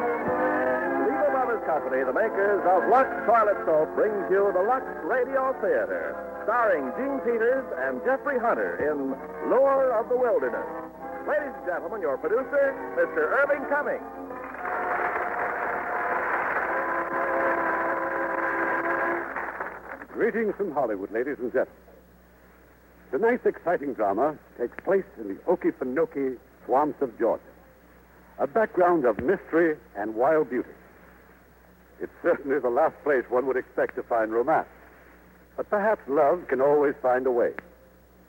Lever Brothers Company, the makers of Lux Toilet Soap, brings you the Lux Radio Theater, starring Gene Peters and Jeffrey Hunter in Lure of the Wilderness. Ladies and gentlemen, your producer, Mr. Irving Cummings. Greetings from Hollywood, ladies and gentlemen. Tonight's exciting drama takes place in the Okefenokee swamps of Georgia. A background of mystery and wild beauty. It's certainly the last place one would expect to find romance. But perhaps love can always find a way,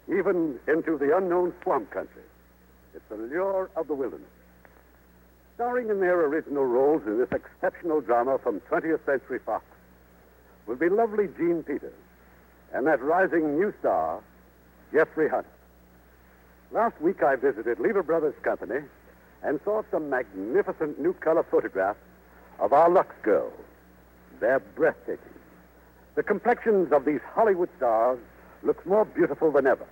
even into the unknown swamp country. It's the lure of the wilderness. Starring in their original roles in this exceptional drama from 20th Century Fox will be lovely Jean Peters and that rising new star, Jeffrey Hunter. Last week I visited Lever Brothers Company and saw some magnificent new color photographs of our Lux girls. They're breathtaking. The complexions of these Hollywood stars look more beautiful than ever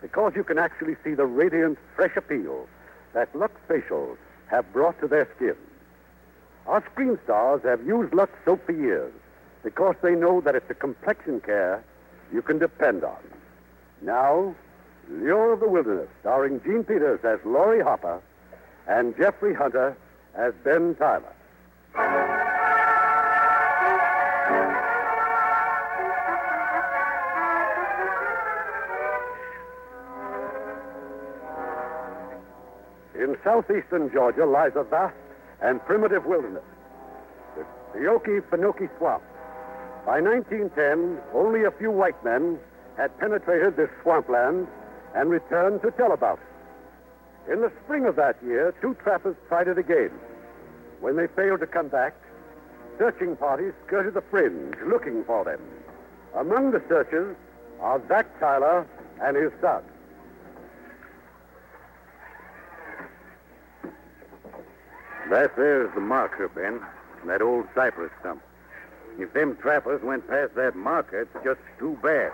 because you can actually see the radiant, fresh appeal that Lux facials have brought to their skin. Our screen stars have used Lux soap for years because they know that it's a complexion care you can depend on. Now, Lure of the Wilderness, starring Gene Peters as Laurie Hopper and Jeffrey Hunter as Ben Tyler. In southeastern Georgia lies a vast and primitive wilderness, the Yoki-Pinoki Swamp. By 1910, only a few white men had penetrated this swampland and returned to tell about it. In the spring of that year, two trappers tried it again. When they failed to come back, searching parties skirted the fringe looking for them. Among the searchers are Zach Tyler and his son. That there's the marker, Ben. That old cypress stump. If them trappers went past that marker, it's just too bad.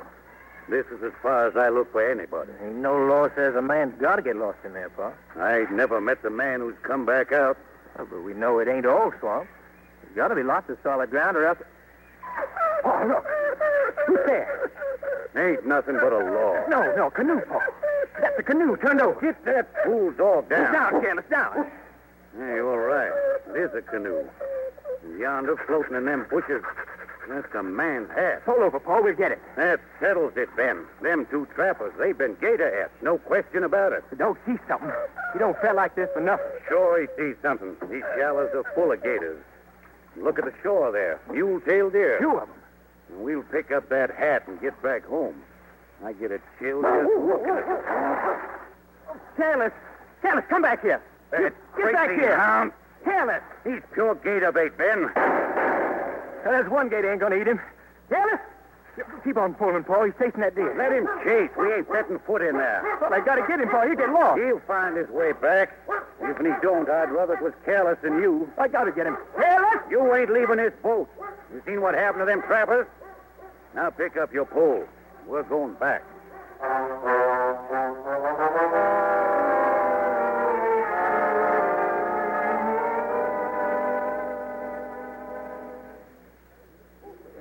This is as far as I look for anybody. Ain't no law says a man's got to get lost in there, Pa. I ain't never met the man who's come back out. Oh, but we know it ain't all swamp. There's got to be lots of solid ground, or else. Oh, look. Who's there? Ain't nothing but a log. No, no, canoe, Pa. That's a canoe turned over. Get that Cool dog It's down. down, Ken. It's down. Hey, all right. It is a canoe. And Yonder floating in them bushes, that's a man's hat. Pull over, Pa. We'll get it. That settles it, Ben. Them two trappers, they've been gator hats. No question about it. But don't see something. You don't feel like this for nothing. Sure, he sees something. These shallows are full of gators. Look at the shore there. Mule-tailed deer. Two of them. And we'll pick up that hat and get back home. I get a chill just looking at it. Careless. Careless, come back here. That Get back crazy here. hound. Careless. He's pure gator bait, Ben. Now, there's one gator ain't going to eat him. Careless. Keep on pulling, Pa. He's chasing that deer. Let him chase. We ain't setting foot in there. Well, I got to get him, Pa. He'll get lost. He'll find his way back. Even if he don't, I'd rather it was careless than you. I got to get him. Careless. You ain't leaving this boat. You seen what happened to them trappers? Now pick up your pole. We're going back.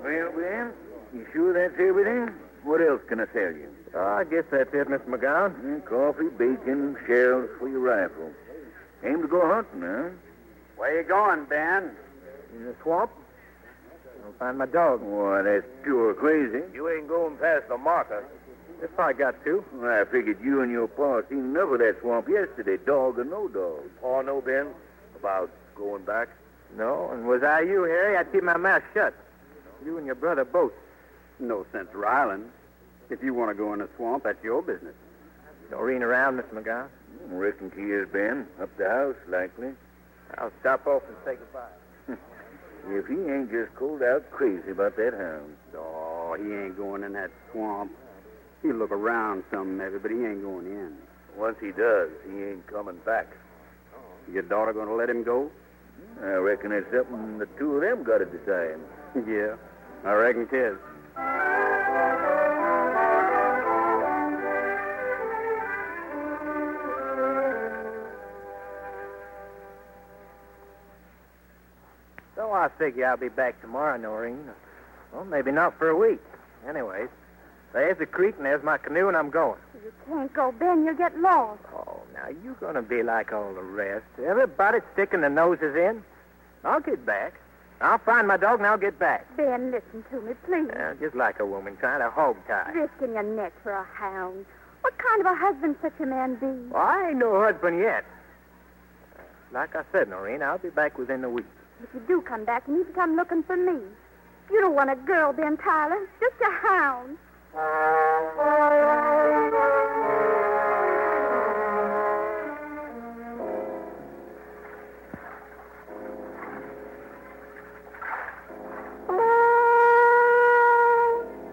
Well, Ben, you sure that's everything? What else can I tell you? Ah, I guess that's it, Mr. McGowan. Mm, Coffee, bacon, shells for your rifle. Aim to go hunting, huh? Where you going, Ben? In the swamp? I'll find my dog. Why, that's pure crazy. You ain't going past the marker. If I got to. I figured you and your pa seen enough of that swamp yesterday, dog or no dog. Pa no, Ben, about going back. No, and was I you, Harry, I'd keep my mouth shut. You and your brother both. No sense riling. If you want to go in the swamp, that's your business. Doreen around, Mr. McGowan. Hmm, Reckon he is, Ben. Up the house, likely. I'll stop off and say goodbye. If he ain't just cold out crazy about that hound. Oh, he ain't going in that swamp. He'll look around some, maybe, but he ain't going in. Once he does, he ain't coming back. Your daughter going to let him go? I reckon it's something the two of them got to decide. yeah, I reckon it is. So I figure I'll be back tomorrow, Noreen. Well, maybe not for a week. Anyways, there's the creek and there's my canoe, and I'm going. You can't go, Ben. You'll get lost. Oh, now you're going to be like all the rest. Everybody sticking their noses in. I'll get back. I'll find my dog and I'll get back. Ben, listen to me, please. Uh, just like a woman trying to hog tie. Risking your neck for a hound. What kind of a husband such a man be? Well, I ain't no husband yet. Like I said, Noreen, I'll be back within a week. If you do come back, you need to come looking for me. You don't want a girl, Ben Tyler. Just a hound.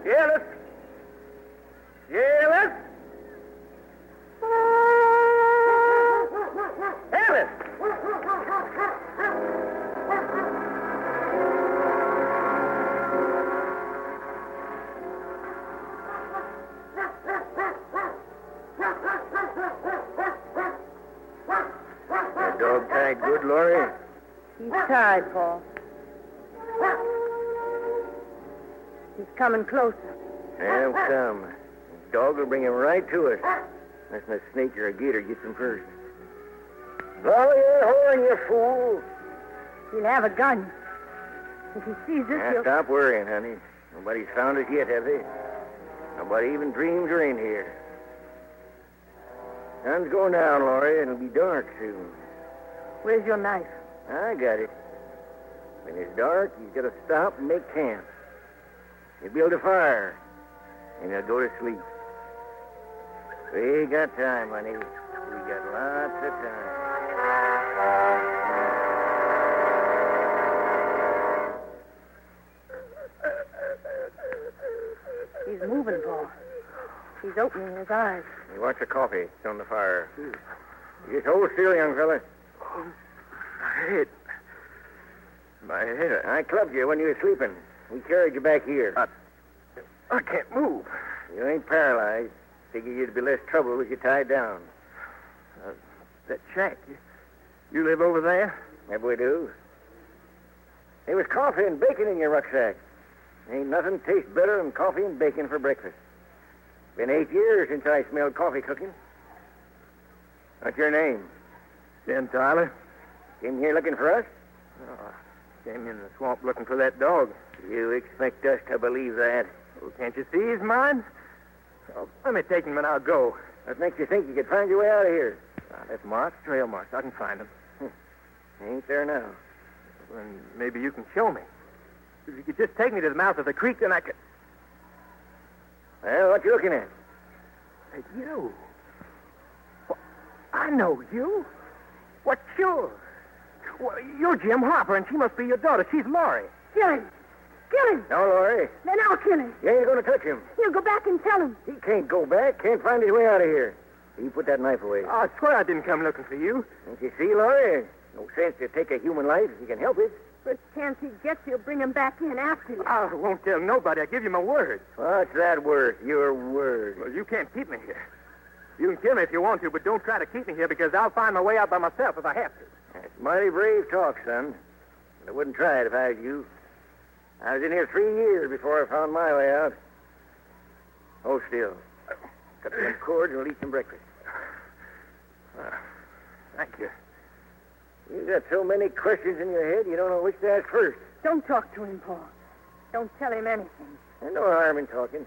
Gillis! Gillis! Gillis! That dog tag good, Laurie? He's tired, Paul. He's coming closer. They'll come. Dog will bring him right to us. Unless that snake or a gator gets him first. Blow your horn, you fool! He'll have a gun. If he sees us, Now, he'll... stop worrying, honey. Nobody's found us yet, have they? Nobody even dreams we're in here. Sun's going down, Laurie. It'll be dark soon. Where's your knife? I got it. When it's dark, you gotta stop and make camp. You build a fire, and you'll go to sleep. We got time, honey. We got lots of time. He's moving, Paul. He's opening his eyes. You watch the coffee. It's on the fire. Hmm. You just hold still, young fella. My head. My head. I clubbed you when you were sleeping. We carried you back here. I can't move. You ain't paralyzed. Figure you'd be less trouble if you tied down. Uh, That shack. You live over there? Maybe we do. There was coffee and bacon in your rucksack. Ain't nothing tastes better than coffee and bacon for breakfast. Been eight years since I smelled coffee cooking. What's your name? Ben Tyler? Oh, Came here looking for us? Came in the swamp looking for that dog. You expect us to believe that? Well, can't you see he's mine? Oh, let me take him and I'll go. Ah, What makes you think you could find your way out of here? Hmm. That's marks, trail marks. I can find him. Ain't there now. And maybe you can show me. If you could just take me to the mouth of the creek, then I could. Well, what you looking at? Hey, you. Wh- I know you. What's yours? Well, you're Jim Hopper, and she must be your daughter. She's Laurie. Kill him. Kill him. No, Laurie. Then I'll kill him. You ain't gonna touch him. He'll go back and tell him. He can't go back. Can't find his way out of here. You put that knife away. I swear I didn't come looking for you. Don't you see, Laurie? No sense to take a human life if you can help it. First chance he gets, he'll bring him back in after you. I won't tell nobody. I give you my word. What's that word? Your word. Well, you can't keep me here. You can kill me if you want to, but don't try to keep me here because I'll find my way out by myself if I have to. That's mighty brave talk, son. But I wouldn't try it if I was you. I was in here three years before I found my way out. Hold still. Cut some cords and we'll eat some breakfast. Thank you. You got so many questions in your head, you don't know which to ask first. Don't talk to him, Paul. Don't tell him anything. There's no harm in talking.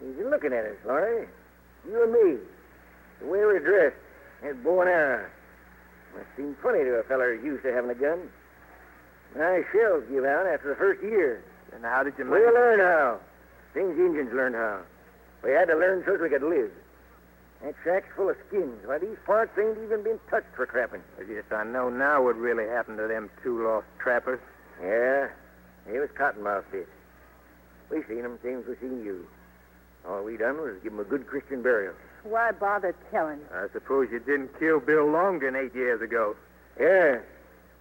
He's looking at us, Laurie. You and me. The way we're dressed. That bow and arrow. Must seem funny to a feller who's used to having a gun. My shells give out after the first year. And how did you We learned how. Things Indians learned how. We had to learn so's we could live. That shack's full of skins. Why, these parts ain't even been touched for trapping. As yes, I know now what really happened to them two lost trappers. Yeah, he was cottonmouth, did. We seen 'em, same as we seen you. All we done was give 'em a good Christian burial. Why bother telling? I suppose you didn't kill Bill Longden eight years ago. Yeah,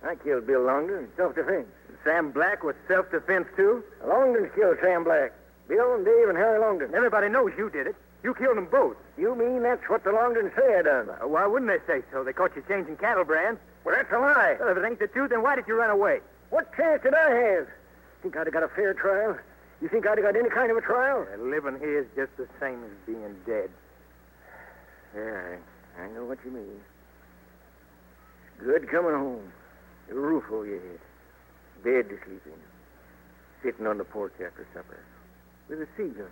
I killed Bill Longden in self-defense. Sam Black was self-defense, too? Longden's killed Sam Black. Bill and Dave and Harry Longden. Everybody knows you did it. You killed them both. You mean that's what the Longdens say I done? Uh, Why wouldn't they say so? They caught you changing cattle brands. Well, that's a lie. Well, if it ain't the truth, then why did you run away? What chance did I have? Think I'd have got a fair trial? You think I'd have got any kind of a trial? Uh, Living here is just the same as being dead. Yeah, I, I know what you mean. It's good coming home. A roof over your head. Bed to sleep in. Sitting on the porch after supper. With a seagull.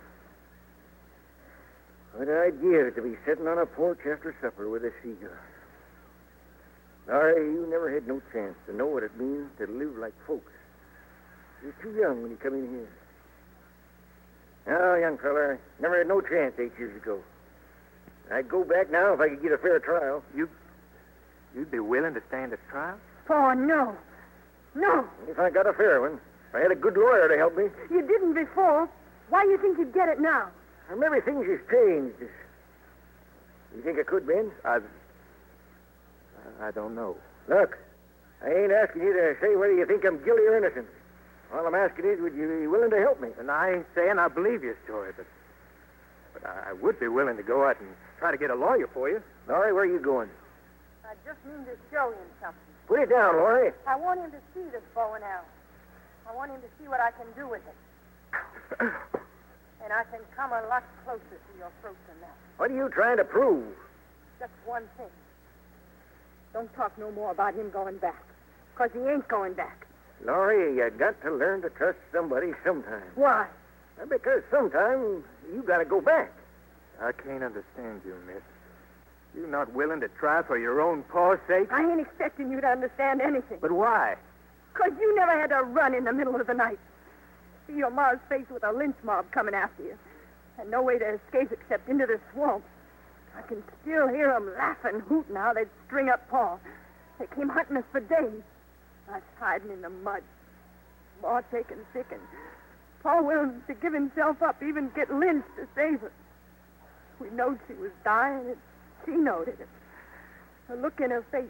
What I'd give to be sitting on a porch after supper with a seagull. Sorry, you never had no chance to know what it means to live like folks. You're too young when you come in here. Now, young feller, never had no chance eight years ago. I'd go back now if I could get a fair trial. You'd be willing to stand a trial? Oh, no. No, If I got a fair one, if I had a good lawyer to help me. you didn't before. Why you think you'd get it now? Well, maybe things has changed. You think I could, Ben? I... I don't know. Look, I ain't asking you to say whether you think I'm guilty or innocent. All I'm asking is, would you be willing to help me? And I ain't saying I believe your story, but... But I I would be willing to go out and try to get a lawyer for you. Laurie, where are you going? I just mean to show him something. Put it down, Laurie. I want him to see this bow and arrow. I want him to see what I can do with it. and I can come a lot closer to your throat than that. What are you trying to prove? Just one thing. Don't talk no more about him going back. Because he ain't going back. Laurie, you got to learn to trust somebody sometime. Why? Because sometime you got to go back. I can't understand you, miss. You're not willing to try for your own poor sake? I ain't expecting you to understand anything. But why? Because you never had to run in the middle of the night. See your ma's face with a lynch mob coming after you. And no way to escape except into the swamp. I can still hear 'em laughing, hooting how they'd string up Paul. They came hunting us for days. I was hiding in the mud. Ma taken sick and Paul willing to give himself up, even get lynched to save her. We knowed she was dying, and she knowed it. The look in her face,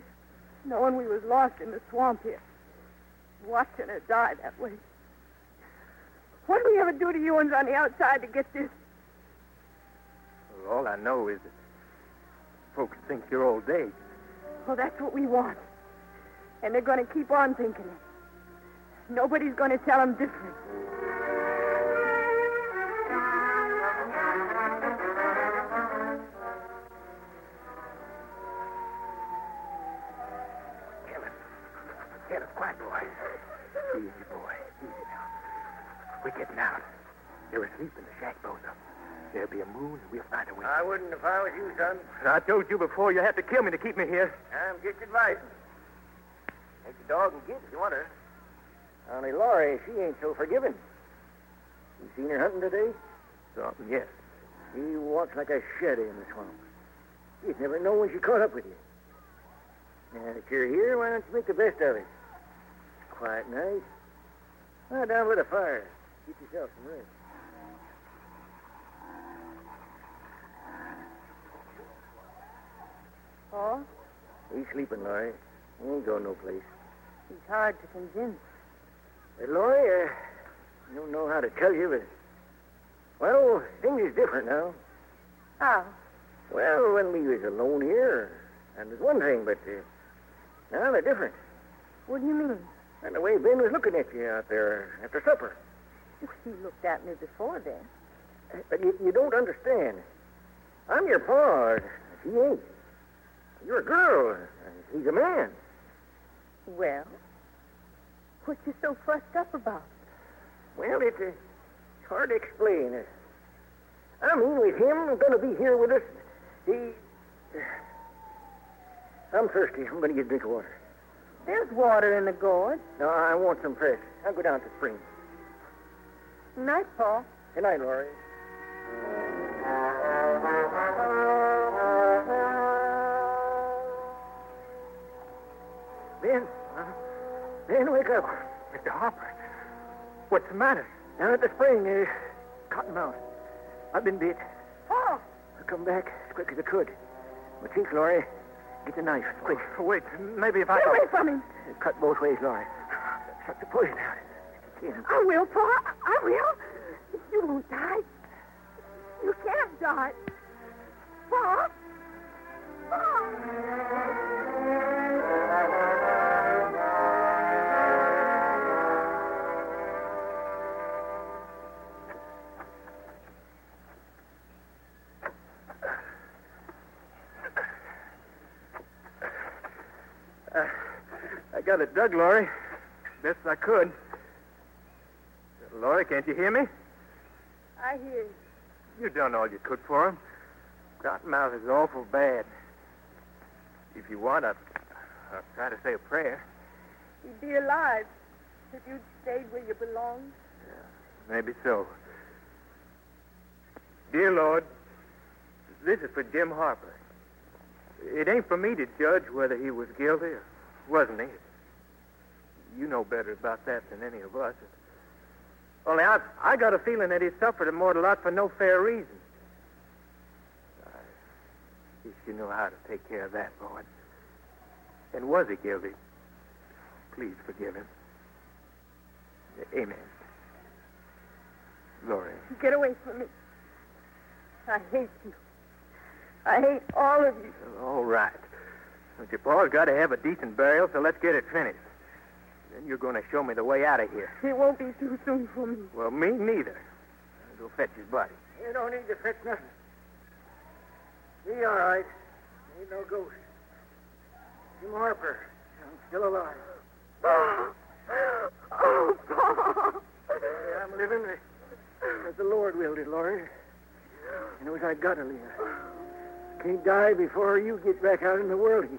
knowing we was lost in the swamp here watching her die that way. What do we ever do to you ones on the outside to get this? Well, all I know is that folks think you're old age. Well, that's what we want. And they're going to keep on thinking it. Nobody's going to tell them different. Caleb. Caleb, quiet, boy. Easy, boy. Easy now. We're getting out. They're asleep in the shack, Bozo. There'll be a moon, and we'll find a way. I wouldn't if I was you, son. I told you before you had to kill me to keep me here. I'm just advising. Take the dog and kid if you want her. Only Laurie, she ain't so forgiving. You seen her hunting today? So, Uh, yes. She walks like a shadow in the swamp. You'd never know when she caught up with you. Now that you're here, why don't you make the best of it? It's a quiet night. Lie down by the fire. Get yourself some rest. Paul, He's sleeping, Laurie. He ain't going no place. he's hard to convince. Hey, Laurie, uh, I don't know how to tell you, but... Well, things is different now. How? Well, when we was alone here, that was one thing, but uh, now they're different. What do you mean? And the way Ben was looking at you out there after supper. He looked at me before then. But you, you don't understand. I'm your pa. and He ain't. You're a girl. and He's a man. Well, what you so fussed up about? Well, it's, uh, it's hard to explain. I mean, with him going to be here with us, he. I'm thirsty. I'm going to get a drink of water. There's water in the gourd. No, I want some fresh. I'll go down to the spring. Night, Paul. Good night, Laurie. Ben, Ben, wake up. uh, Mr. Harper, what's the matter? Down at the spring, uh, Cottonmouth. I've been bit. Oh, I come back as quick as I could. But think, Laurie, get the knife, quick. wait, maybe if I... get away from him. Cut both ways, Laurie. Suck the poison out. Can't. I will, Paul. I, I will. You won't die. You can't die. Paul. I got it dug, Laurie. Best I could. Laurie, can't you hear me? I hear you. You done all you could for him. Cottonmouth is awful bad. If you want, I'll, I'll try to say a prayer. You'd be alive if you'd stayed where you belonged. Maybe so. Dear Lord, this is for Jim Harper. It ain't for me to judge whether he was guilty or wasn't he. You know better about that than any of us. Only I, I got a feeling that he suffered a mortal lot for no fair reason. I guess you know how to take care of that, Lord. And was he guilty? Please forgive him. Amen. Laurie. Get away from me. I hate you. I hate all of you. All right. But your pa's got to have a decent burial, so let's get it finished. Then you're going to show me the way out of here. It won't be too soon for me. Well, me neither. I'll go fetch his body. You don't need to fetch nothing. Be all right. Ain't no ghost. Jim Harper. I'm still alive. Oh, Paul. Yeah, I'm living as the Lord willed it, Laurie. He knows I gotta live. Can't die before you get back out in the world again.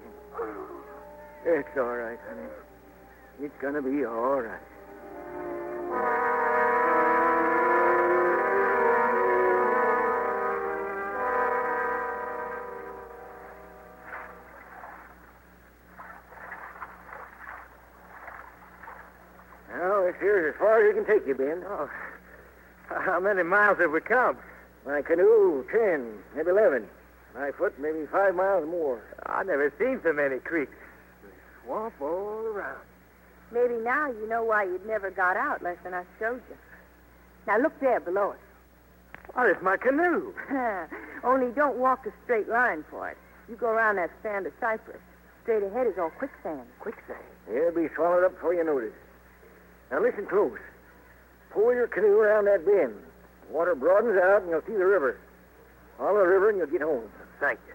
It's all right, honey. It's gonna be all right. Well, this here's as far as we can take you, Ben. Oh, how many miles have we come? My canoe, ten, maybe eleven. My foot, maybe five miles more. I've never seen so many creeks. Swamp all around. Maybe now you know why you'd never got out less than I showed you. Now look there below us. Why, it's my canoe. Only don't walk a straight line for it. You go around that stand of cypress. Straight ahead is all quicksand. Quicksand. It'll be swallowed up before you notice. Now listen close. Pull your canoe around that bend. The water broadens out and you'll see the river. Follow the river and you'll get home. Thank you.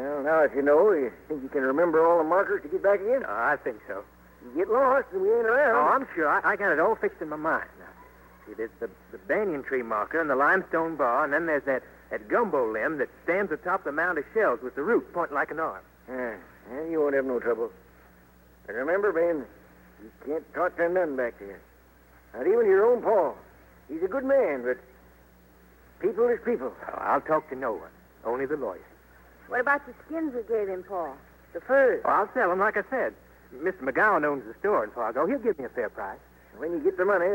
Well, now if you know, you think you can remember all the markers to get back again? Uh, I think so. You get lost and we ain't Oh, around. I'm sure. I, I got it all fixed in my mind. Now, see, there's the, the banyan tree marker and the limestone bar, and then there's that, that gumbo limb that stands atop the mound of shells with the root pointing like an arm. Yeah, yeah, Ah, you won't have no trouble. And remember, Ben, you can't talk to none back there. Not even your own Paul. He's a good man, but people is people. Oh, I'll talk to no one, only the lawyer. What about the skins we gave him, Paul? The furs. Well, I'll sell him, like I said. Mr. McGowan owns the store in Fargo. He'll give me a fair price. When you get the money,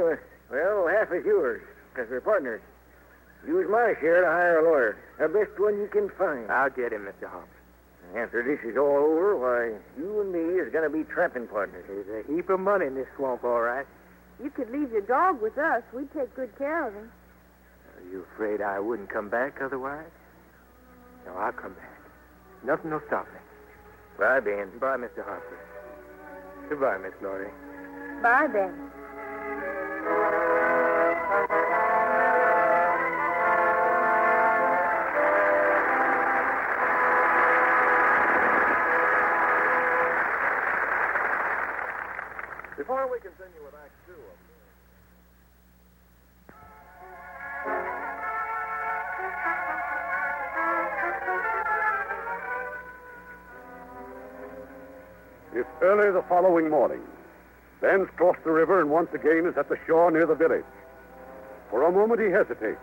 well, half is yours, 'cause we're partners. Use my share to hire a lawyer, the best one you can find. I'll get him, Mr. Harper. After this is all over, why, you and me is going to be trapping partners. There's a heap of money in this swamp, all right. You could leave your dog with us. We'd take good care of him. Are you afraid I wouldn't come back otherwise? No, I'll come back. Nothing will stop me. Bye, Ben. Bye, Mr. Harper. Goodbye, Miss Laurie. Bye, Ben. Before we continue with Act Two of It's early the following morning. Ben's crossed the river and once again is at the shore near the village. For a moment he hesitates.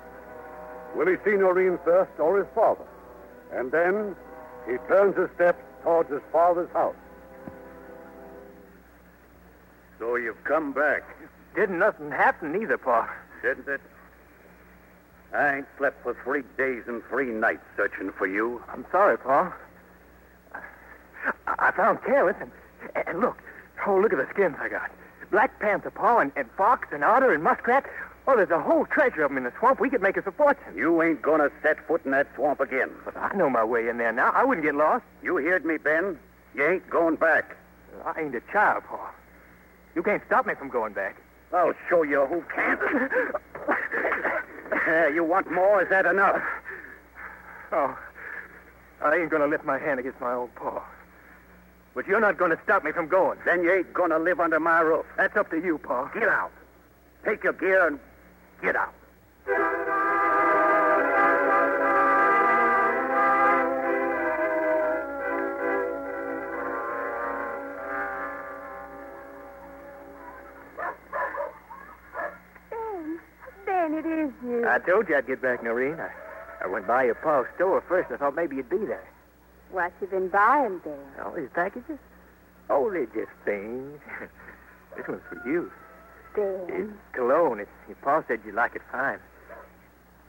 Will he see Noreen first or his father? And then he turns his steps towards his father's house. So you've come back. Didn't nothing happen either, Pa. shouldn't it? I ain't slept for three days and three nights searching for you. I'm sorry, Paul. I, I found Careless, and, and look. Oh, look at the skins I got. Black panther, Paul, and, and fox, and otter, and muskrat. Oh, there's a whole treasure of them in the swamp. We could make us a fortune. You ain't gonna set foot in that swamp again. But I know my way in there now. I wouldn't get lost. You heard me, Ben. You ain't going back. I ain't a child, Paul. You can't stop me from going back. I'll show you who can. uh, you want more? Is that enough? Oh, I ain't gonna lift my hand against my own paw. But you're not gonna stop me from going. Then you ain't gonna live under my roof. That's up to you, Paul. Get out. Take your gear and get out. Ben. Ben, it is you. I told you I'd get back, Noreen. I, I went by your pa's store first. I thought maybe you'd be there. What you been buying, Ben? All these packages? Oh, they're just things. this one's for you. It's Ben. cologne. It's, your pa said you'd like it fine.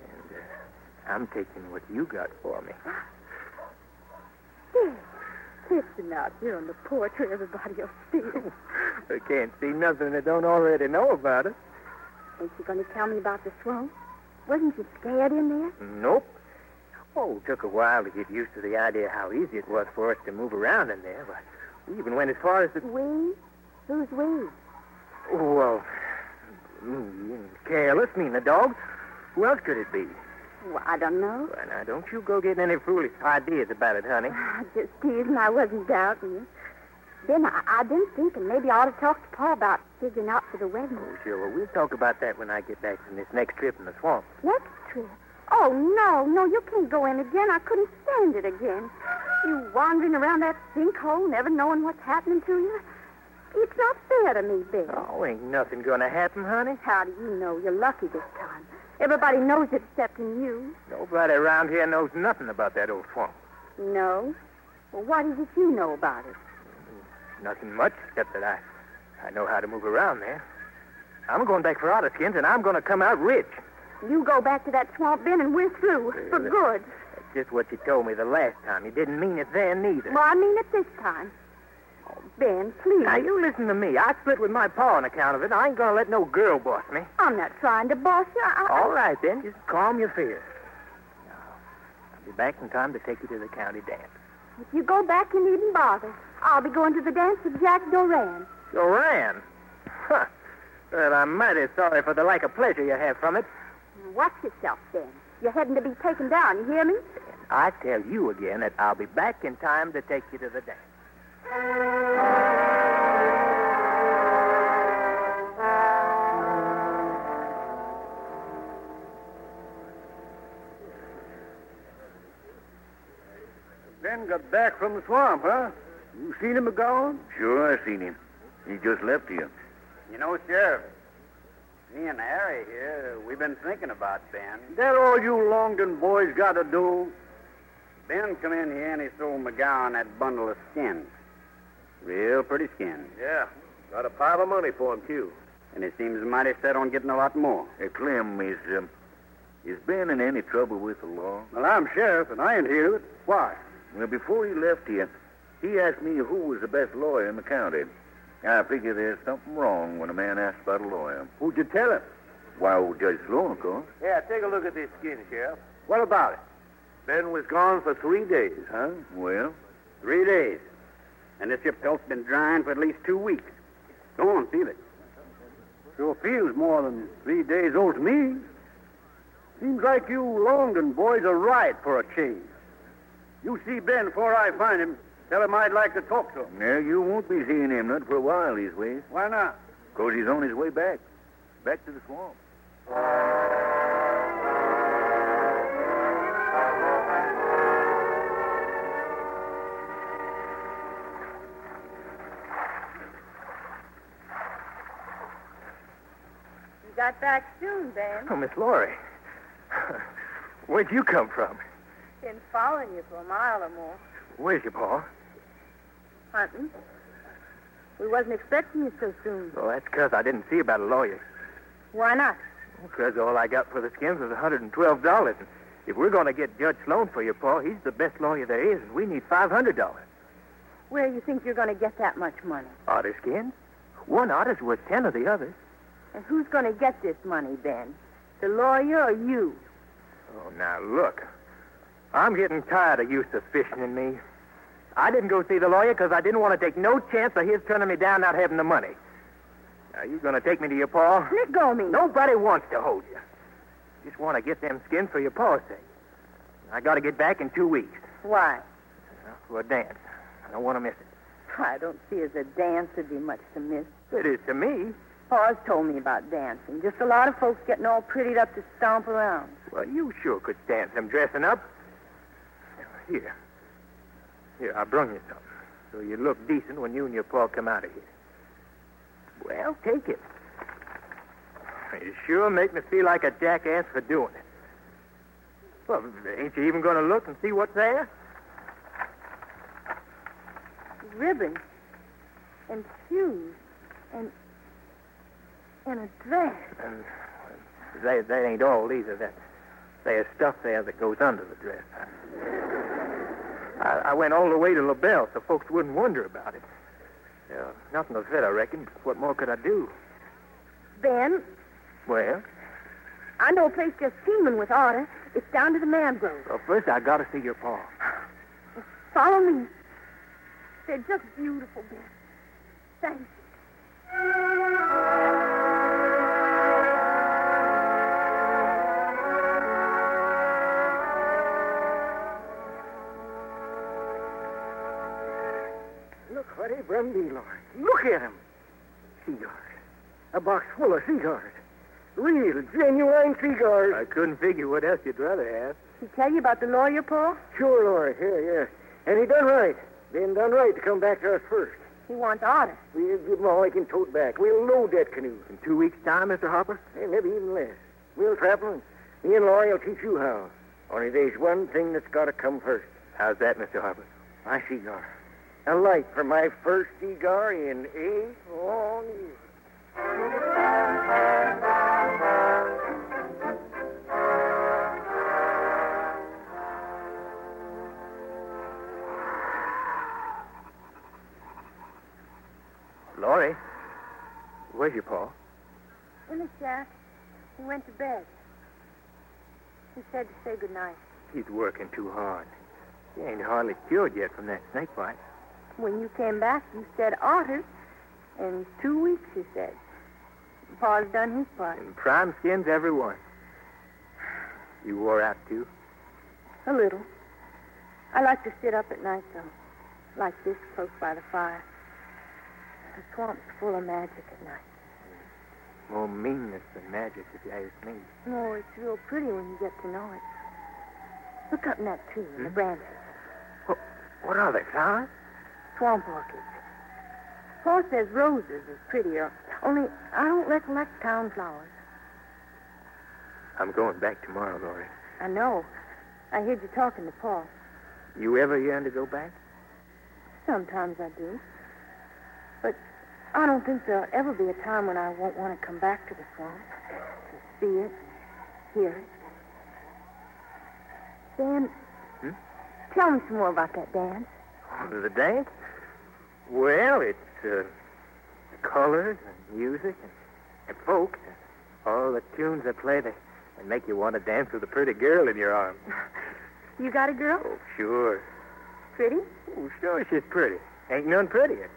And uh, I'm taking what you got for me. Ben. Listen out. You're on the porch where everybody'll see you. I can't see nothing that don't already know about it. Ain't you going to tell me about the swamp? Wasn't you scared in there? Nope. Oh, it took a while to get used to the idea how easy it was for us to move around in there. But we even went as far as the... oh, We? Who's we? Well, me and Careless, me and the dog. Who else could it be? Well, I don't know. Well, now, don't you go getting any foolish ideas about it, honey. I just teasing. I wasn't doubting you. Ben, I, I've been thinking maybe I ought to talk to Paul about figuring out for the wedding. Oh, sure. Well, we'll talk about that when I get back from this next trip in the swamp. Next trip. Oh, no, no, you can't go in again. I couldn't stand it again. You wandering around that sinkhole, never knowing what's happening to you. It's not fair to me, Ben. Oh, ain't nothing gonna happen, honey. How do you know you're lucky this time? Everybody knows it except you. Nobody around here knows nothing about that old swamp. No? Well, what is it you know about it? Nothing much except that I, I know how to move around there. I'm going back for otter skins, and I'm going to come out rich. You go back to that swamp, Ben, and we're through. For Really? good. That's just what you told me the last time. You didn't mean it then, neither. Well, I mean it this time. Oh, Ben, please. Now, you listen to me. I split with my pa on account of it. I ain't going to let no girl boss me. I'm not trying to boss you. I, I- All right, then. Just calm your fears. Now, I'll be back in time to take you to the county dance. If you go back, you needn't bother. I'll be going to the dance with Jack Doran. Doran? Huh. Well, I'm mighty sorry for the lack of pleasure you have from it. Watch yourself, Ben. You're heading to be taken down, you hear me? I tell you again that I'll be back in time to take you to the dance. Ben got back from the swamp, huh? You seen him gone? Sure, I seen him. He just left here. You know, Sheriff, me and Harry here, we've been thinking about Ben. That all you Longden boys got to do? Ben come in here and he sold McGowan that bundle of skins. Real pretty skins. Yeah. Got a pile of money for him, too. And he seems mighty set on getting a lot more. Hey, Clem, is, um, is Ben in any trouble with the law? Well, I'm sheriff, and I ain't hear it. Why? Well, before he left here, he asked me who was the best lawyer in the county. I figure there's something wrong when a man asks about a lawyer. Who'd you tell him? Why, old Judge Sloan, of course. Yeah, take a look at this skin, Sheriff. What about it? Ben was gone for three days, huh? Well, Three days. And this here pelt's been drying for at least two weeks. Go on, feel it. Sure feels more than three days old to me. Seems like you Longden boys are right for a change. You see Ben before I find him. Tell him I'd like to talk to him. now you won't be seeing him, not for a while, these ways. Why not? Because he's on his way back. Back to the swamp. You got back soon, Ben. Oh, Miss Laurie. Where'd you come from? Been following you for a mile or more. Where's your paw? Hunting. We wasn't expecting you so soon. Well, that's 'cause I didn't see about a lawyer. Why not? Because all I got for the skins was $112. And if we're going to get Judge Sloan for you, Paul, he's the best lawyer there is, and we need $500. Where do you think you're going to get that much money? Otter skins? One otter's worth 10 of the others. And who's going to get this money, Ben? The lawyer or you? Oh, now look. I'm getting tired of you suspicioning me. I didn't go see the lawyer because I didn't want to take no chance of his turning me down not having the money. Now, you going to take me to your paw? Let go of me. Nobody wants to hold you. Just want to get them skins for your pa's sake. I got to get back in two weeks Why? for a dance. I don't want to miss it. I don't see as a dance would be much to miss. It is to me. Pa's told me about dancing. Just a lot of folks getting all prettied up to stomp around. Well, you sure could stand some dressing up. Here. Here, I brung you something. So you look decent when you and your pa come out of here. Well, take it. You sure make me feel like a jackass for doing it. Well, ain't you even going to look and see what's there? Ribbon and shoes and and a dress. And that, that ain't all either. That there's stuff there that goes under the dress. I, I went all the way to La Belle so folks wouldn't wonder about it. Yeah, nothing to fit, I reckon. but What more could I do? Ben, Well, I know a place just teeming with order. It's down to the mangrove. well first I gotta see your paw. Follow me. They're just beautiful, Ben. Thanks. Look what he brung me, Lord. Look at him. Cigars. A box full of cigars. Real, genuine cigars. I couldn't figure what else you'd rather have. He tell you about the lawyer, Paul? Sure, Lord. Yeah, yeah. And he done right. Been done right to come back to us first. He wants order. We'll give him all he can tote back. We'll load that canoe. In two weeks' time, Mr. Hopper? Hey, maybe even less. We'll travel, and me and Laurie will teach you how. Only there's one thing that's got to come first. How's that, Mr. Hopper? My cigar. A light for my first cigar in eight long years. Laurie? Where's your paw? In the shack. He went to bed. He said to say goodnight. He's working too hard. He ain't hardly cured yet from that snake bite. When you came back, you said otters. In two weeks, you said. Pa's done his part. And prime skins, every one. You wore out, too? A little. I like to sit up at night, though. Like this, close by the fire. The swamp's full of magic at night. More meanness than magic, if you ask me. No, Oh, it's real pretty when you get to know it. Look up in that tree in the branches. What are they, flowers? Swamp orchids. Paul says roses is prettier, only I don't recollect town flowers. I'm going back tomorrow, Laurie. I know. I heard you talking to Paul. You ever yearn to go back? Sometimes I do. But I don't think there'll ever be a time when I won't want to come back to the swamp. To see it, hear it. Dan, Hmm? tell me some more about that dance. The dance? Well, it's uh, the colors and music and, and folks. And all the tunes they play, they, they make you want to dance with a pretty girl in your arms. You got a girl? Oh, sure. Pretty? Oh, sure she's pretty. Ain't none prettier.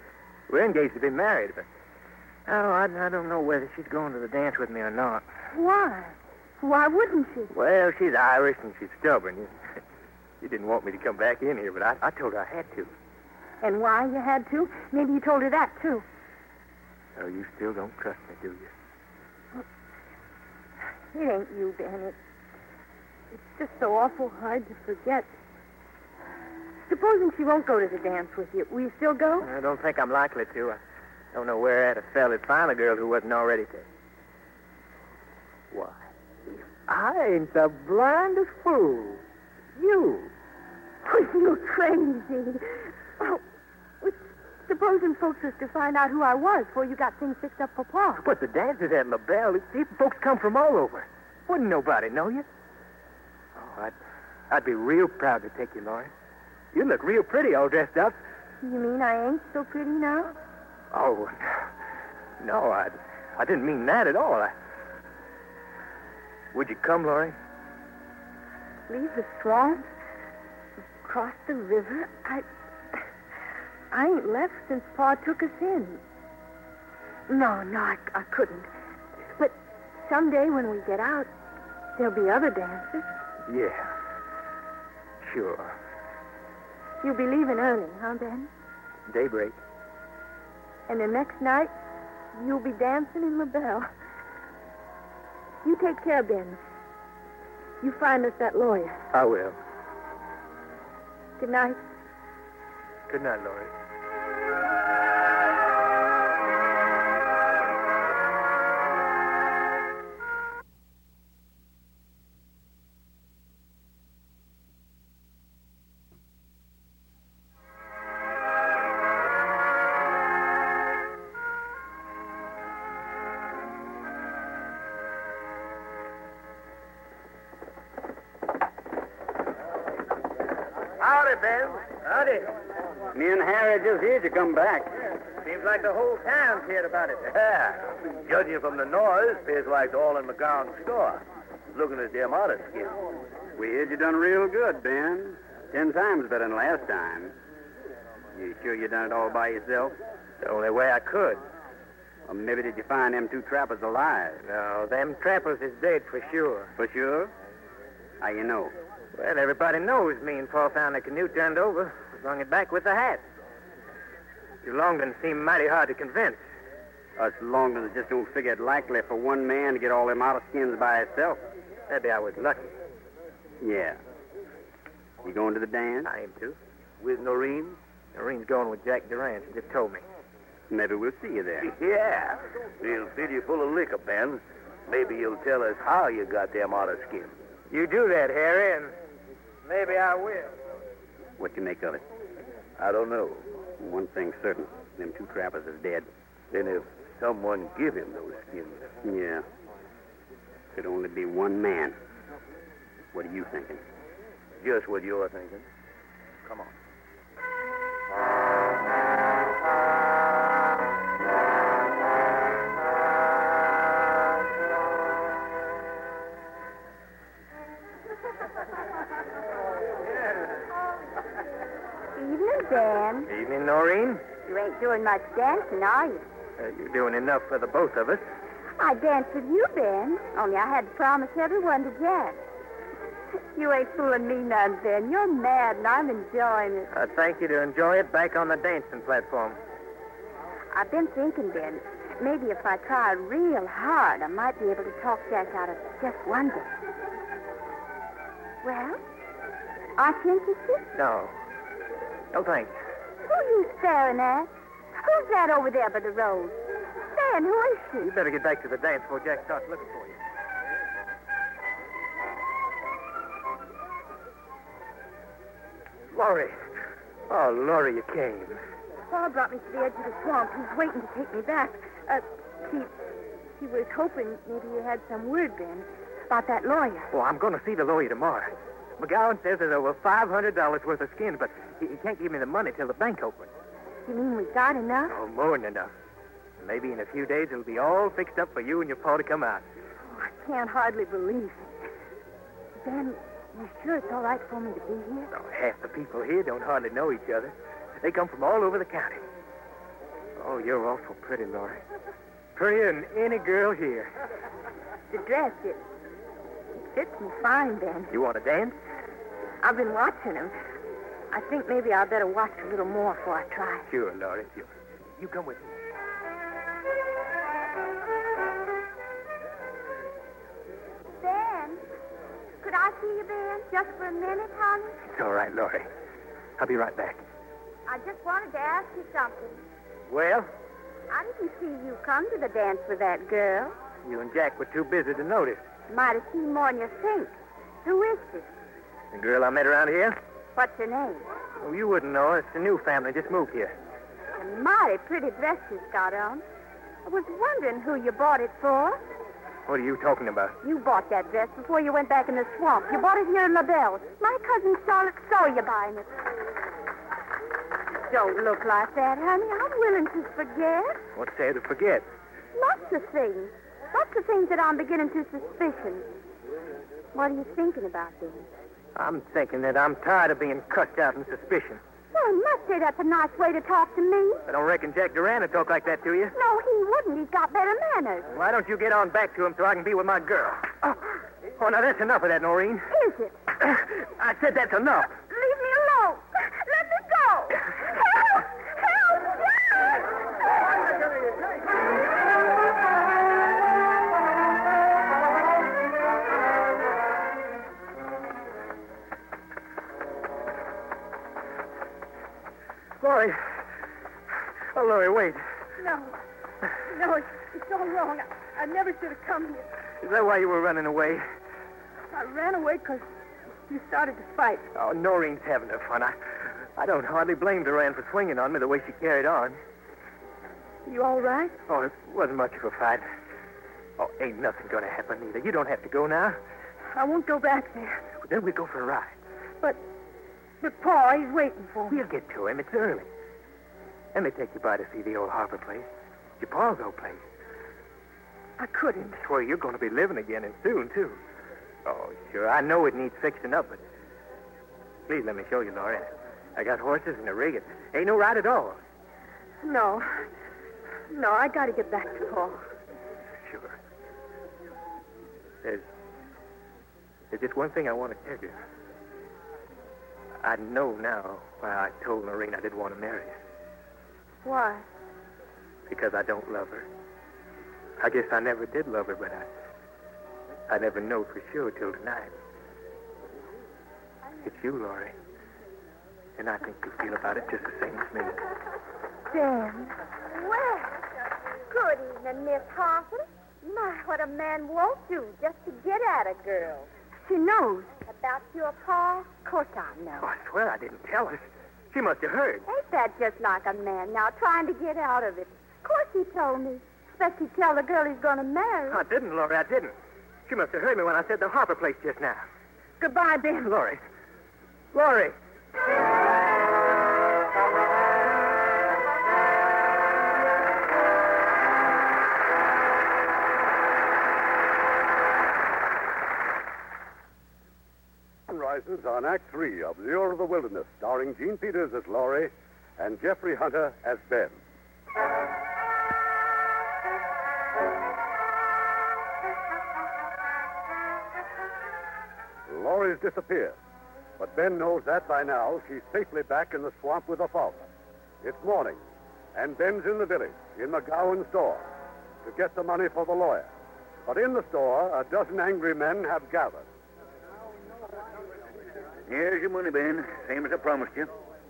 We're engaged to be married, but... Oh, I, I don't know whether she's going to the dance with me or not. Why? Why wouldn't she? Well, she's Irish and she's stubborn. You, you didn't want me to come back in here, but I, I told her I had to. And why you had to? Maybe you told her that, too. Oh, you still don't trust me, do you? It ain't you, Ben. It, it's just so awful hard to forget. Supposing she won't go to the dance with you, will you still go? I don't think I'm likely to. I don't know where I'd have fell had found a girl who wasn't already there. Why? I ain't the blindest fool. You. Oh, you crazy. Oh, it's Supposing folks was to find out who I was before you got things fixed up for Pa. But the dances at La Belle, it- it- folks come from all over. Wouldn't nobody know you? Oh, I'd, I'd be real proud to take you, Lauren. You look real pretty all dressed up. You mean I ain't so pretty now? Oh, no, I, I didn't mean that at all. I, would you come, Lauren? Leave the swamp? Cross the river? I. I ain't left since Pa took us in. No, no, I, I couldn't. But someday when we get out, there'll be other dances. Yeah. Sure. You will be leaving early, huh, Ben? Daybreak. And the next night, you'll be dancing in La Belle. You take care, Ben. You find us that lawyer. I will. Good night. Good night, Lauren. Howdy, Ben. Howdy. Me and Harry just here to come back. Seems like the whole town's heard about it. Yeah. Judging from the noise, 'pears like all in McGowan's store. Looking at them other skins. We heard you done real good, Ben. Ten times better than last time. You sure you done it all by yourself? The only way I could. Or maybe did you find them two trappers alive? No, Oh, them trappers is dead for sure. For sure? How you know? Well, everybody knows me and Paul found the canoe turned over, slung it back with the hat. You Longdon seemed mighty hard to convince. Us Longdons just don't figure it likely for one man to get all them outer skins by himself. Maybe I was lucky. Yeah. You going to the dance? I am too. With Noreen? Noreen's going with Jack Durant. She just told me. Maybe we'll see you there. Yeah. We'll fill you full of liquor, Ben. Maybe you'll tell us how you got them otter skins. You do that, Harry, and maybe I will. What you make of it? I don't know. One thing's certain. Them two trappers is dead. Then if someone give him those skins, Yeah. Could only be one man. What are you thinking? just what you're thinking. Come on. Evening, Ben. Evening, Noreen. You ain't doing much dancing, are you? Uh, you're doing enough for the both of us. I danced with you, Ben. Only I had to promise everyone to Jack. You ain't fooling me none, Ben. You're mad, and I'm enjoying it. I'd thank you to enjoy it back on the dancing platform. I've been thinking, Ben. Maybe if I try real hard, I might be able to talk Jack out of just one day. Well, aren't you interested? No. No thanks. Who you staring at? Who's that over there by the road? Ben, who is she? You better get back to the dance before Jack starts looking for you. Laurie. Oh, Laurie, you came. Pa brought me to the edge of the swamp. He's waiting to take me back. Uh, he, he was hoping maybe you had some word, Ben, about that lawyer. Well, I'm going to see the lawyer tomorrow. McGowan says there's over $500 worth of skins, but he, he can't give me the money till the bank opens. You mean we got enough? Oh, more than enough. Maybe in a few days it'll be all fixed up for you and your pa to come out. Oh, I can't hardly believe it. Ben, you sure it's all right for me to be here? Oh, half the people here don't hardly know each other. They come from all over the county. Oh, you're awful pretty, Laurie. Prettier than any girl here. The dress, it, it fits me fine, Ben. You want to dance? I've been watching him. I think maybe I better watch a little more before I try. Sure, Laurie, sure. You come with me. Ben, could I see you, Ben, just for a minute, honey? It's all right, Laurie. I'll be right back. I just wanted to ask you something. Well, I didn't see you come to the dance with that girl. you and Jack were too busy to notice. Might have seen more than you think. Who is she? The girl I met around here? What's her name? Oh, you wouldn't know. It's a new family just moved here. a mighty pretty dress she's got on. I was wondering who you bought it for. What are you talking about? You bought that dress before you went back in the swamp. You bought it here in La Belle. My cousin Charlotte saw you buying it. Don't look like that, honey. I'm willing to forget. What's there to forget? Lots of things. Lots of things that I'm beginning to suspicion. What are you thinking about, then? I'm thinking that I'm tired of being cussed out and suspicion. Well, mustard up a nice way to talk to me. I don't reckon Jack Duran would talk like that to you. No, he wouldn't. He's got better manners. Why don't you get on back to him so I can be with my girl? Oh, oh now that's enough of that, Noreen. Is it? I said that's enough. Leave me alone. Let me go. Help! Help! Lori. Oh, Lori, wait. No. No, it's, it's all wrong. I, I never should have come here. Is that why you were running away? I ran away because you started to fight. Oh, Noreen's having her fun. I, I don't hardly blame Duran for swinging on me the way she carried on. You all right? Oh, it wasn't much of a fight. Oh, ain't nothing going to happen either. You don't have to go now. I won't go back there. Then we go for a ride. But, but Paul, he's waiting for me. We'll get to him. It's early. Let me take you by to see the old Harbor place. Japa's old place. I couldn't. That's where you're going to be living again and soon, too. Oh, sure. I know it needs fixing up, but please let me show you, Laura. I got horses and a rig. It ain't no ride at all. No. No, I got to get back to Paul. Sure. There's, there's just one thing I want to tell you. I know now why I told Noreen I didn't want to marry her. Why? Because I don't love her. I guess I never did love her, but I, I never know for sure till tonight. It's you, Laurie. And I think you feel about it just the same as me. Dan. Well, good evening, Miss Hoffman. My, what a man won't do just to get at a girl. She knows. About your pa? Of course I Oh, know. I swear I didn't tell her. She must have heard. Ain't that just like a man now trying to get out of it? Of course he told me. Expect he'd tell the girl he's going to marry. I didn't, Laurie. I didn't. She must have heard me when I said the Harper place just now. Goodbye, Ben. Laurie. Laurie. Sunrises on Act Three of Lure of the Wilderness, starring Gene Peters as Laurie and Jeffrey Hunter as Ben. Laurie's disappeared, but Ben knows that by now she's safely back in the swamp with her father. It's morning, and Ben's in the village, in McGowan's store, to get the money for the lawyer. But in the store, a dozen angry men have gathered. Here's your money, Ben. Same as I promised you.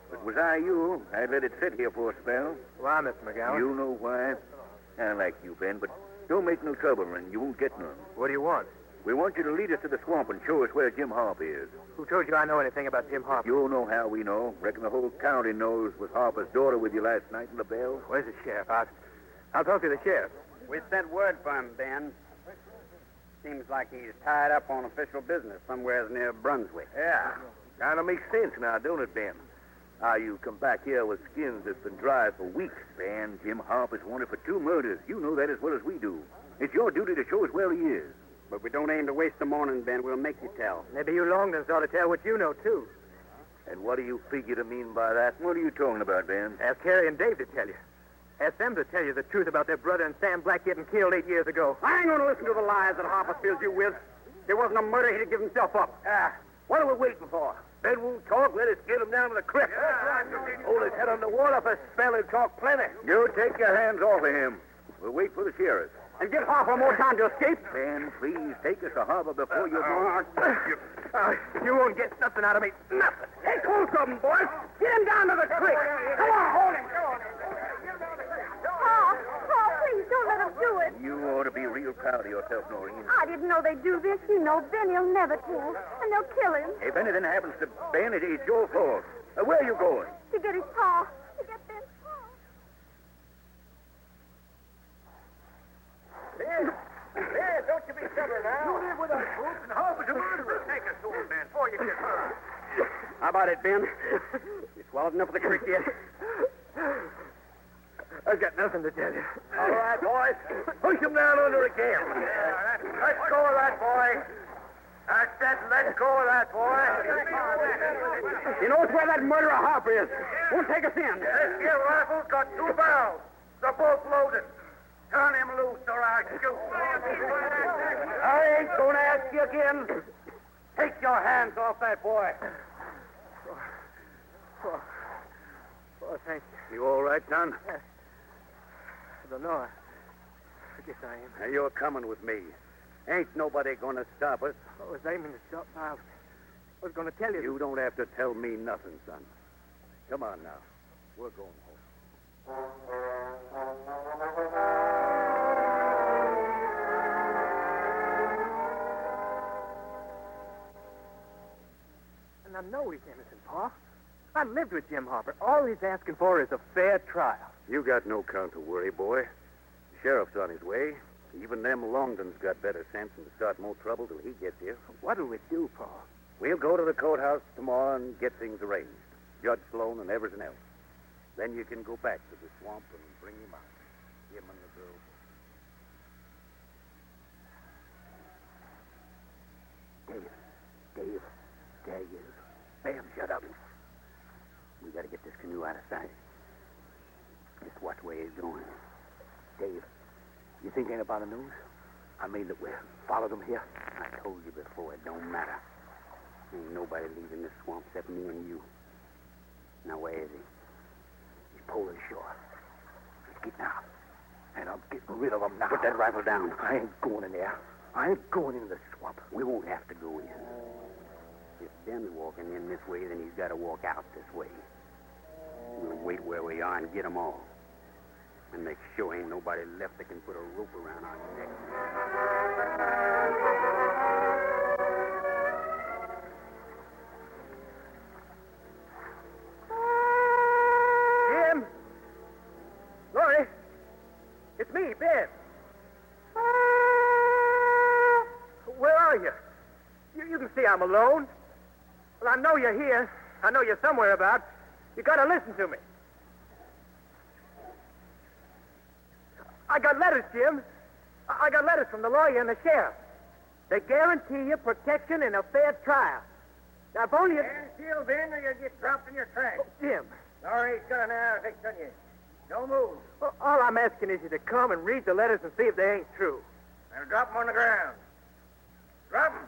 If it was I you, I'd let it sit here for a spell. Why, Miss McGowan? You know why. I like you, Ben, but don't make no trouble, and you won't get none. What do you want? We want you to lead us to the swamp and show us where Jim Harp is. Who told you I know anything about Jim Harper? You know how we know. Reckon the whole county knows was Harper's daughter with you last night in the bell. Where's the sheriff? I'll, I'll talk to the sheriff. We sent word for him, Ben. Seems like he's tied up on official business somewheres near Brunswick. Yeah. Kind of makes sense now, don't it, Ben? How you come back here with skins that's been dry for weeks. Ben, Jim Harp is wanted for two murders. You know that as well as we do. It's your duty to show us where he is. But we don't aim to waste the morning, Ben. We'll make you tell. Maybe you Longdon's ought to tell what you know, too. And what do you figure to mean by that? What are you talking about, Ben? Ask Harry and Dave to tell you. Ask them to tell you the truth about their brother and Sam Black getting killed eight years ago. I ain't going to listen to the lies that Harper fills you with. If there wasn't a murder, he'd give himself up. Ah, what are we waiting for? Ben won't talk. Let us get him down to the creek. Hold his head underwater for a spell and talk plenty. You take your hands off of him. We'll wait for the sheriff. And give Harper more time to escape. Ben, please take us to Harbor before you Uh, you won't get nothing out of me. Nothing. Take hold of him, boys. Get him down to the creek. Come on, hold him. Pa, Pa, Oh, please don't let him do it. You ought to be real proud of yourself, Noreen. I didn't know they'd do this. You know, Ben, he'll never tell. And they'll kill him If anything happens to Ben, it- it's your fault. Uh, where are you going? to get his pa. To get Ben's pa. Ben, Ben, don't you be stubborn now. You live with us, folks, and Harper's a murderer. Take us to him, Ben, before you get hurt. How about it, Ben? You swallowed enough of the creek yet? I've got nothing to tell you. All right, boys. Push him down under the camp. Yeah, let's go of that boy. That's that. Let's go of that boy. He knows where that murderer Harper is. Won't take us in. This here rifle's got two barrels. They're both loaded. Turn him loose or I'll shoot. I ain't going to ask you again. Take your hands off that boy. Oh, oh thank You all right, Don? you. I don't know. I, I guess I am. Now, you're coming with me. Ain't nobody going to stop us. I was aiming to stop. I was, I was going to tell you. You don't have to tell me nothing, son. Come on now. We're going home. And I know he's innocent, Pa. I lived with Jim Harper. All he's asking for is a fair trial. You got no count to worry, boy. The sheriff's on his way. Even them Longdon's got better sense than to start more trouble till he gets here. What'll we do, Pa? We'll go to the courthouse tomorrow and get things arranged. Judge Sloan and everything else. Then you can go back to the swamp and bring him out. Him and the girl. Dave. Dave. There he is. Bam, shut up. We gotta get this canoe out of sight. Just watch where he's going. Dave, you think ain't about the news? I mean that we followed him here. I told you before, it don't matter. Ain't nobody leaving this swamp except me and you. Now where is he? He's pulling shore. He's getting out. And I'm getting rid of him now. Put that rifle down. I ain't going in there. I ain't going in the swamp. We won't have to go in. If Ben's walking in this way, then he's got to walk out this way. We'll wait where we are and get 'em all. And make sure ain't nobody left that can put a rope around our necks. Jim! Lori! It's me, Ben. Where are you? you? You can see I'm alone. Well, I know you're here. I know you're somewhere about. You gotta listen to me. I got letters, Jim. I I got letters from the lawyer and the sheriff. They guarantee you protection and a fair trial. Now, if only you... Stand still, Ben, or you'll get dropped in your tracks. Oh, Jim, Laurie's got an hour fixed on you. Don't move. well, all I'm asking is you to come and read the letters and see if they ain't true. Now drop him on the ground. Drop him.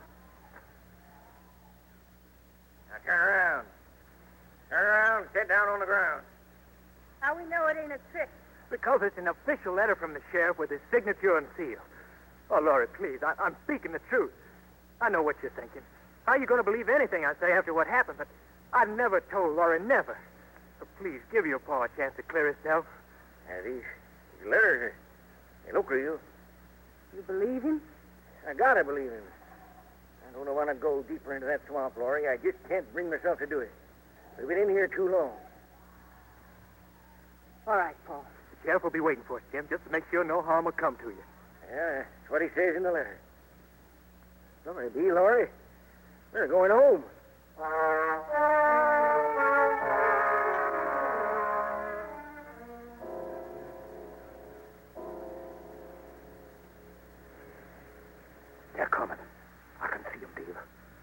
Now turn around. Turn around. Sit down on the ground. How we know it ain't a trick? Because it's an official letter from the sheriff with his signature and seal. Oh, Laura, please, I, I'm speaking the truth. I know what you're thinking. How are you going to believe anything I say after what happened? But I never told Laura, never. So please, give your paw a chance to clear itself. Now these, these letters, they look real. You believe him? I gotta believe him. I don't want to go deeper into that swamp, Laurie. I just can't bring myself to do it. We've been in here too long. All right, Paul. The sheriff will be waiting for us, Jim, just to make sure no harm will come to you. Yeah, that's what he says in the letter. Glory be, Laurie. We're going home. They're coming. I can see 'em, Dave.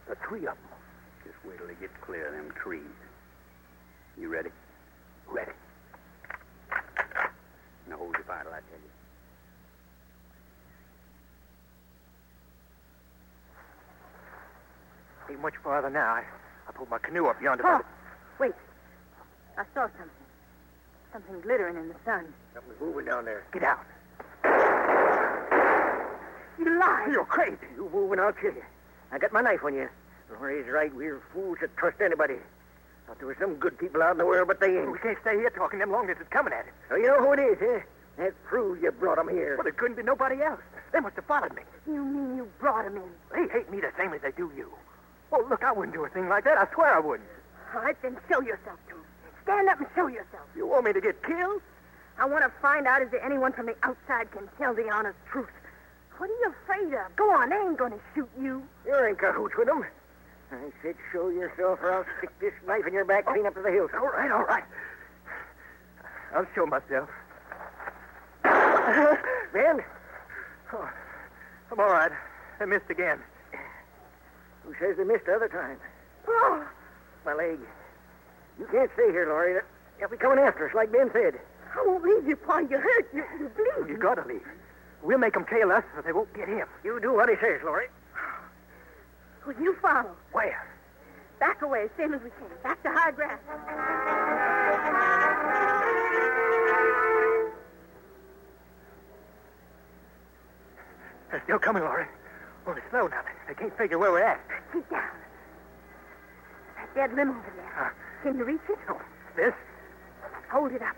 The three of 'em. Just wait till they get clear of them trees. You ready? Ready. Now hold your bottle, I tell you. Ain't much farther now. I, I pulled my canoe up yonder. Paul, Oh, wait. I saw something. Something glittering in the sun. Something's moving down there. Get out. You lied. You're crazy. You move and I'll kill you. I got my knife on you. Laurie's right. We're fools to trust anybody. Thought there were some good people out in the world, but they ain't. We can't stay here talking them long as it's coming at us. So you know who it is, eh? That proves you brought 'em here. Well, there couldn't be nobody else. They must have followed me. You mean you brought him in? They hate me the same as they do you. Well, look, I wouldn't do a thing like that. I swear I wouldn't. All right, then show yourself to him. Stand up and show yourself. You want me to get killed? I want to find out is there anyone from the outside can tell the honest truth. What are you afraid of? Go on, they ain't going to shoot you. You're in cahoots with them. I said, show yourself, or I'll stick this knife in your back clean up to the hills. All right, all right. I'll show myself. Ben, Oh, I'm all right. I missed again. who says they missed the other time? Oh, My leg. You can't stay here, Laurie. They'll- They'll be coming after us, like Ben said. I won't leave you, Paul. You're hurt. You, you bleed. You gotta leave. We'll make 'em tail us, so they won't get him. Hmm? You do what he says, Laurie. Well, you follow. Where? Back away as soon as we can. Back to high grass. They're still coming, Laurie. Only slow now. They can't figure where we're at. Keep down. That dead limb over there. Huh. Can you reach it? This? Hold it up.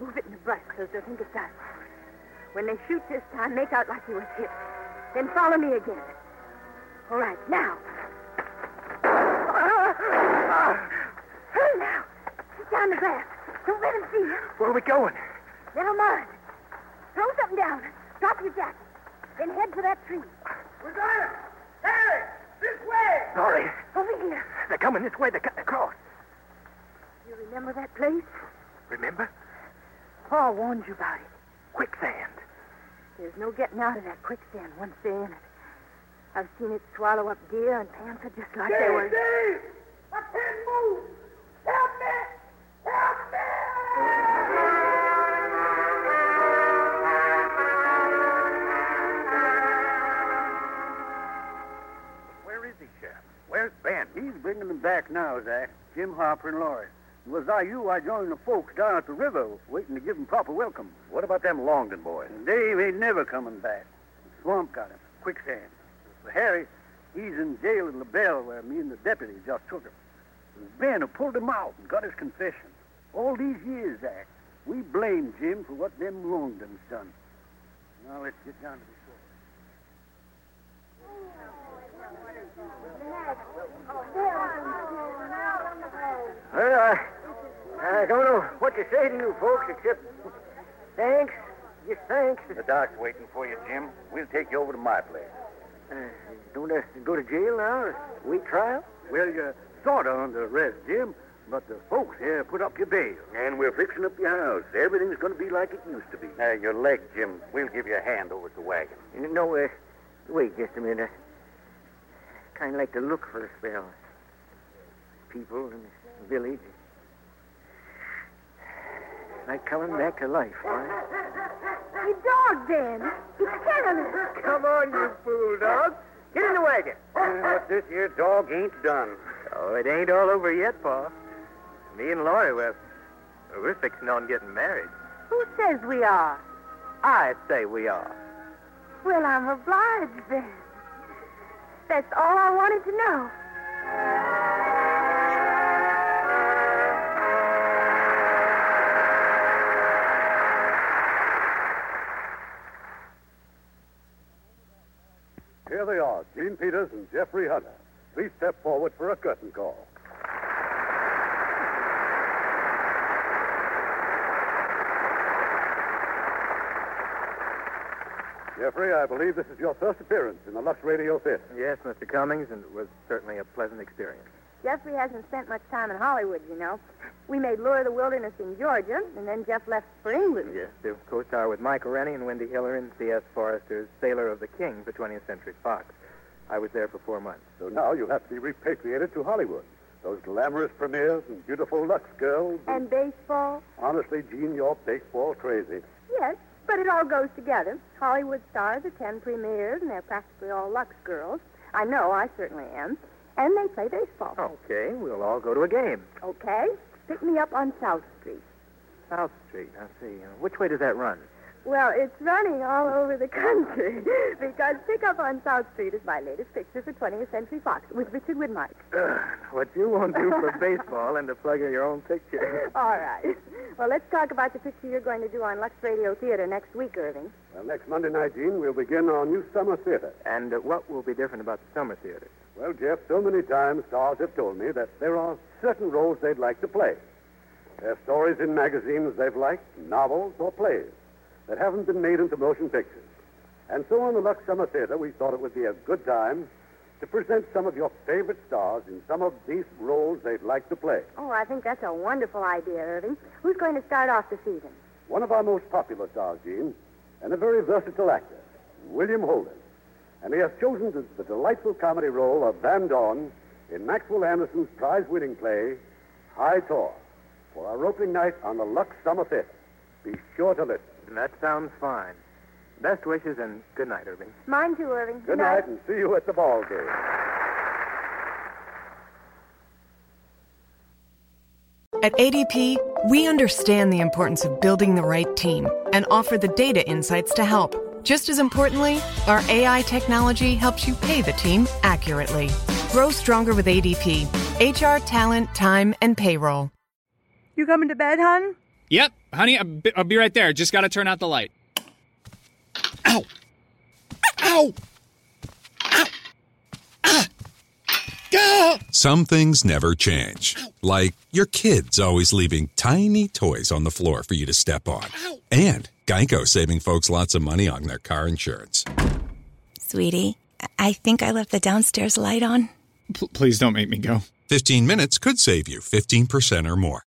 Move it in the brush so they'll think it's us. When they shoot this time, make out like you was hit. Then follow me again. All right, now. Hurry now. Get down the grass. Don't let them see you. Where are we going? Never mind. Throw something down. Drop your jacket. Then head for that tree. We're gonna! Harry! This way! Laurie, Over here. they're coming this way. They're cutting across. You remember that place? Remember? Paul warned you about it. Quicksand. There's no getting out of that quicksand once they're in it. I've seen it swallow up deer and panther just like they were. Dave! I can't move! Help me! Help me! Where is he, Sheriff? Where's Ben? He's bringing them back now, Zach. Jim Harper and Laurie. It was I you I joined the folks down at the river, waiting to give them proper welcome. What about them Longden boys? Dave ain't never coming back. The swamp got him. Quicksand. For Harry, he's in jail in LaBelle where me and the deputy just took him. It was Ben who pulled him out and got his confession. All these years, Zach, we blame Jim for what them Longdons done. Now let's get down to the shore. Well, I, I don't know what to say to you folks except thanks. Just thanks. The doc's waiting for you, Jim. We'll take you over to my place. Uh, don't have to go to jail now or wait trial? Well, you're sort of under arrest, Jim, but the folks here put up your bail. And we're fixing up your house. Everything's going to be like it used to be. Now, your leg, Jim. We'll give you a hand over to the wagon. No, uh, wait just a minute. Kind of like to look for a spell. People and this village. Like coming back to life, Laurie. Your dog, Ben. It's kennelous. Come on, you fool dog. Get in the wagon. what this here dog ain't done. Oh, it ain't all over yet, Pa. Me and Laurie, we're, we're fixing on getting married. Who says we are? I say we are. Well, I'm obliged, Ben. That's all I wanted to know. Here they are, Gene Peters and Jeffrey Hunter. Please step forward for a curtain call. Jeffrey, I believe this is your first appearance in the Lux Radio Theater. Yes, Mr. Cummings, and it was certainly a pleasant experience. Jeffrey hasn't spent much time in Hollywood, you know. We made Lure of the Wilderness in Georgia, and then Jeff left for England. Yes, to co-star with Mike Rennie and Wendy Hiller in C.S. Forrester's Sailor of the King for 20th Century Fox. I was there for four months. So now you have to be repatriated to Hollywood. Those glamorous premieres and beautiful Lux girls. And baseball? honestly, Gene, you're baseball crazy. Yes, but it all goes together. Hollywood stars attend premieres, and they're practically all Lux girls. I know, I certainly am. And they play baseball. Okay, we'll all go to a game. Okay? Pick me up on South Street. South Street, I see. Uh, Which way does that run? Well, it's running all over the country because Pick Up on South Street is my latest picture for 20th Century Fox with Richard Widmark. what you won't do for baseball and to plug in your own picture. All right. Well, let's talk about the picture you're going to do on Lux Radio Theater next week, Irving. Well, next Monday night, Gene, we'll begin our new summer theater. And uh, what will be different about the summer theater? Well, Jeff, so many times stars have told me that there are certain roles they'd like to play. Their stories in magazines they've liked, novels or plays that haven't been made into motion pictures. And so on the Lux Summer Theater, we thought it would be a good time to present some of your favorite stars in some of these roles they'd like to play. Oh, I think that's a wonderful idea, Irving. Who's going to start off this evening? One of our most popular stars, Gene, and a very versatile actor, William Holden. And he has chosen the, the delightful comedy role of Van Dorn in Maxwell Anderson's prize-winning play, High Tor, for our opening night on the Lux Summer Theater. Be sure to listen. That sounds fine. Best wishes and good night, Irving. Mine too, Irving. Good night, and see you at the ball game. At ADP, we understand the importance of building the right team and offer the data insights to help. Just as importantly, our AI technology helps you pay the team accurately. Grow stronger with ADP HR, talent, time, and payroll. You coming to bed, hon? Yep, honey, I'll be, I'll be right there. Just got to turn out the light. Ow! Ow! Some things never change. Like your kids always leaving tiny toys on the floor for you to step on. And Geico saving folks lots of money on their car insurance. Sweetie, I- I think I left the downstairs light on. P- please don't make me go. 15 minutes could save you 15% or more.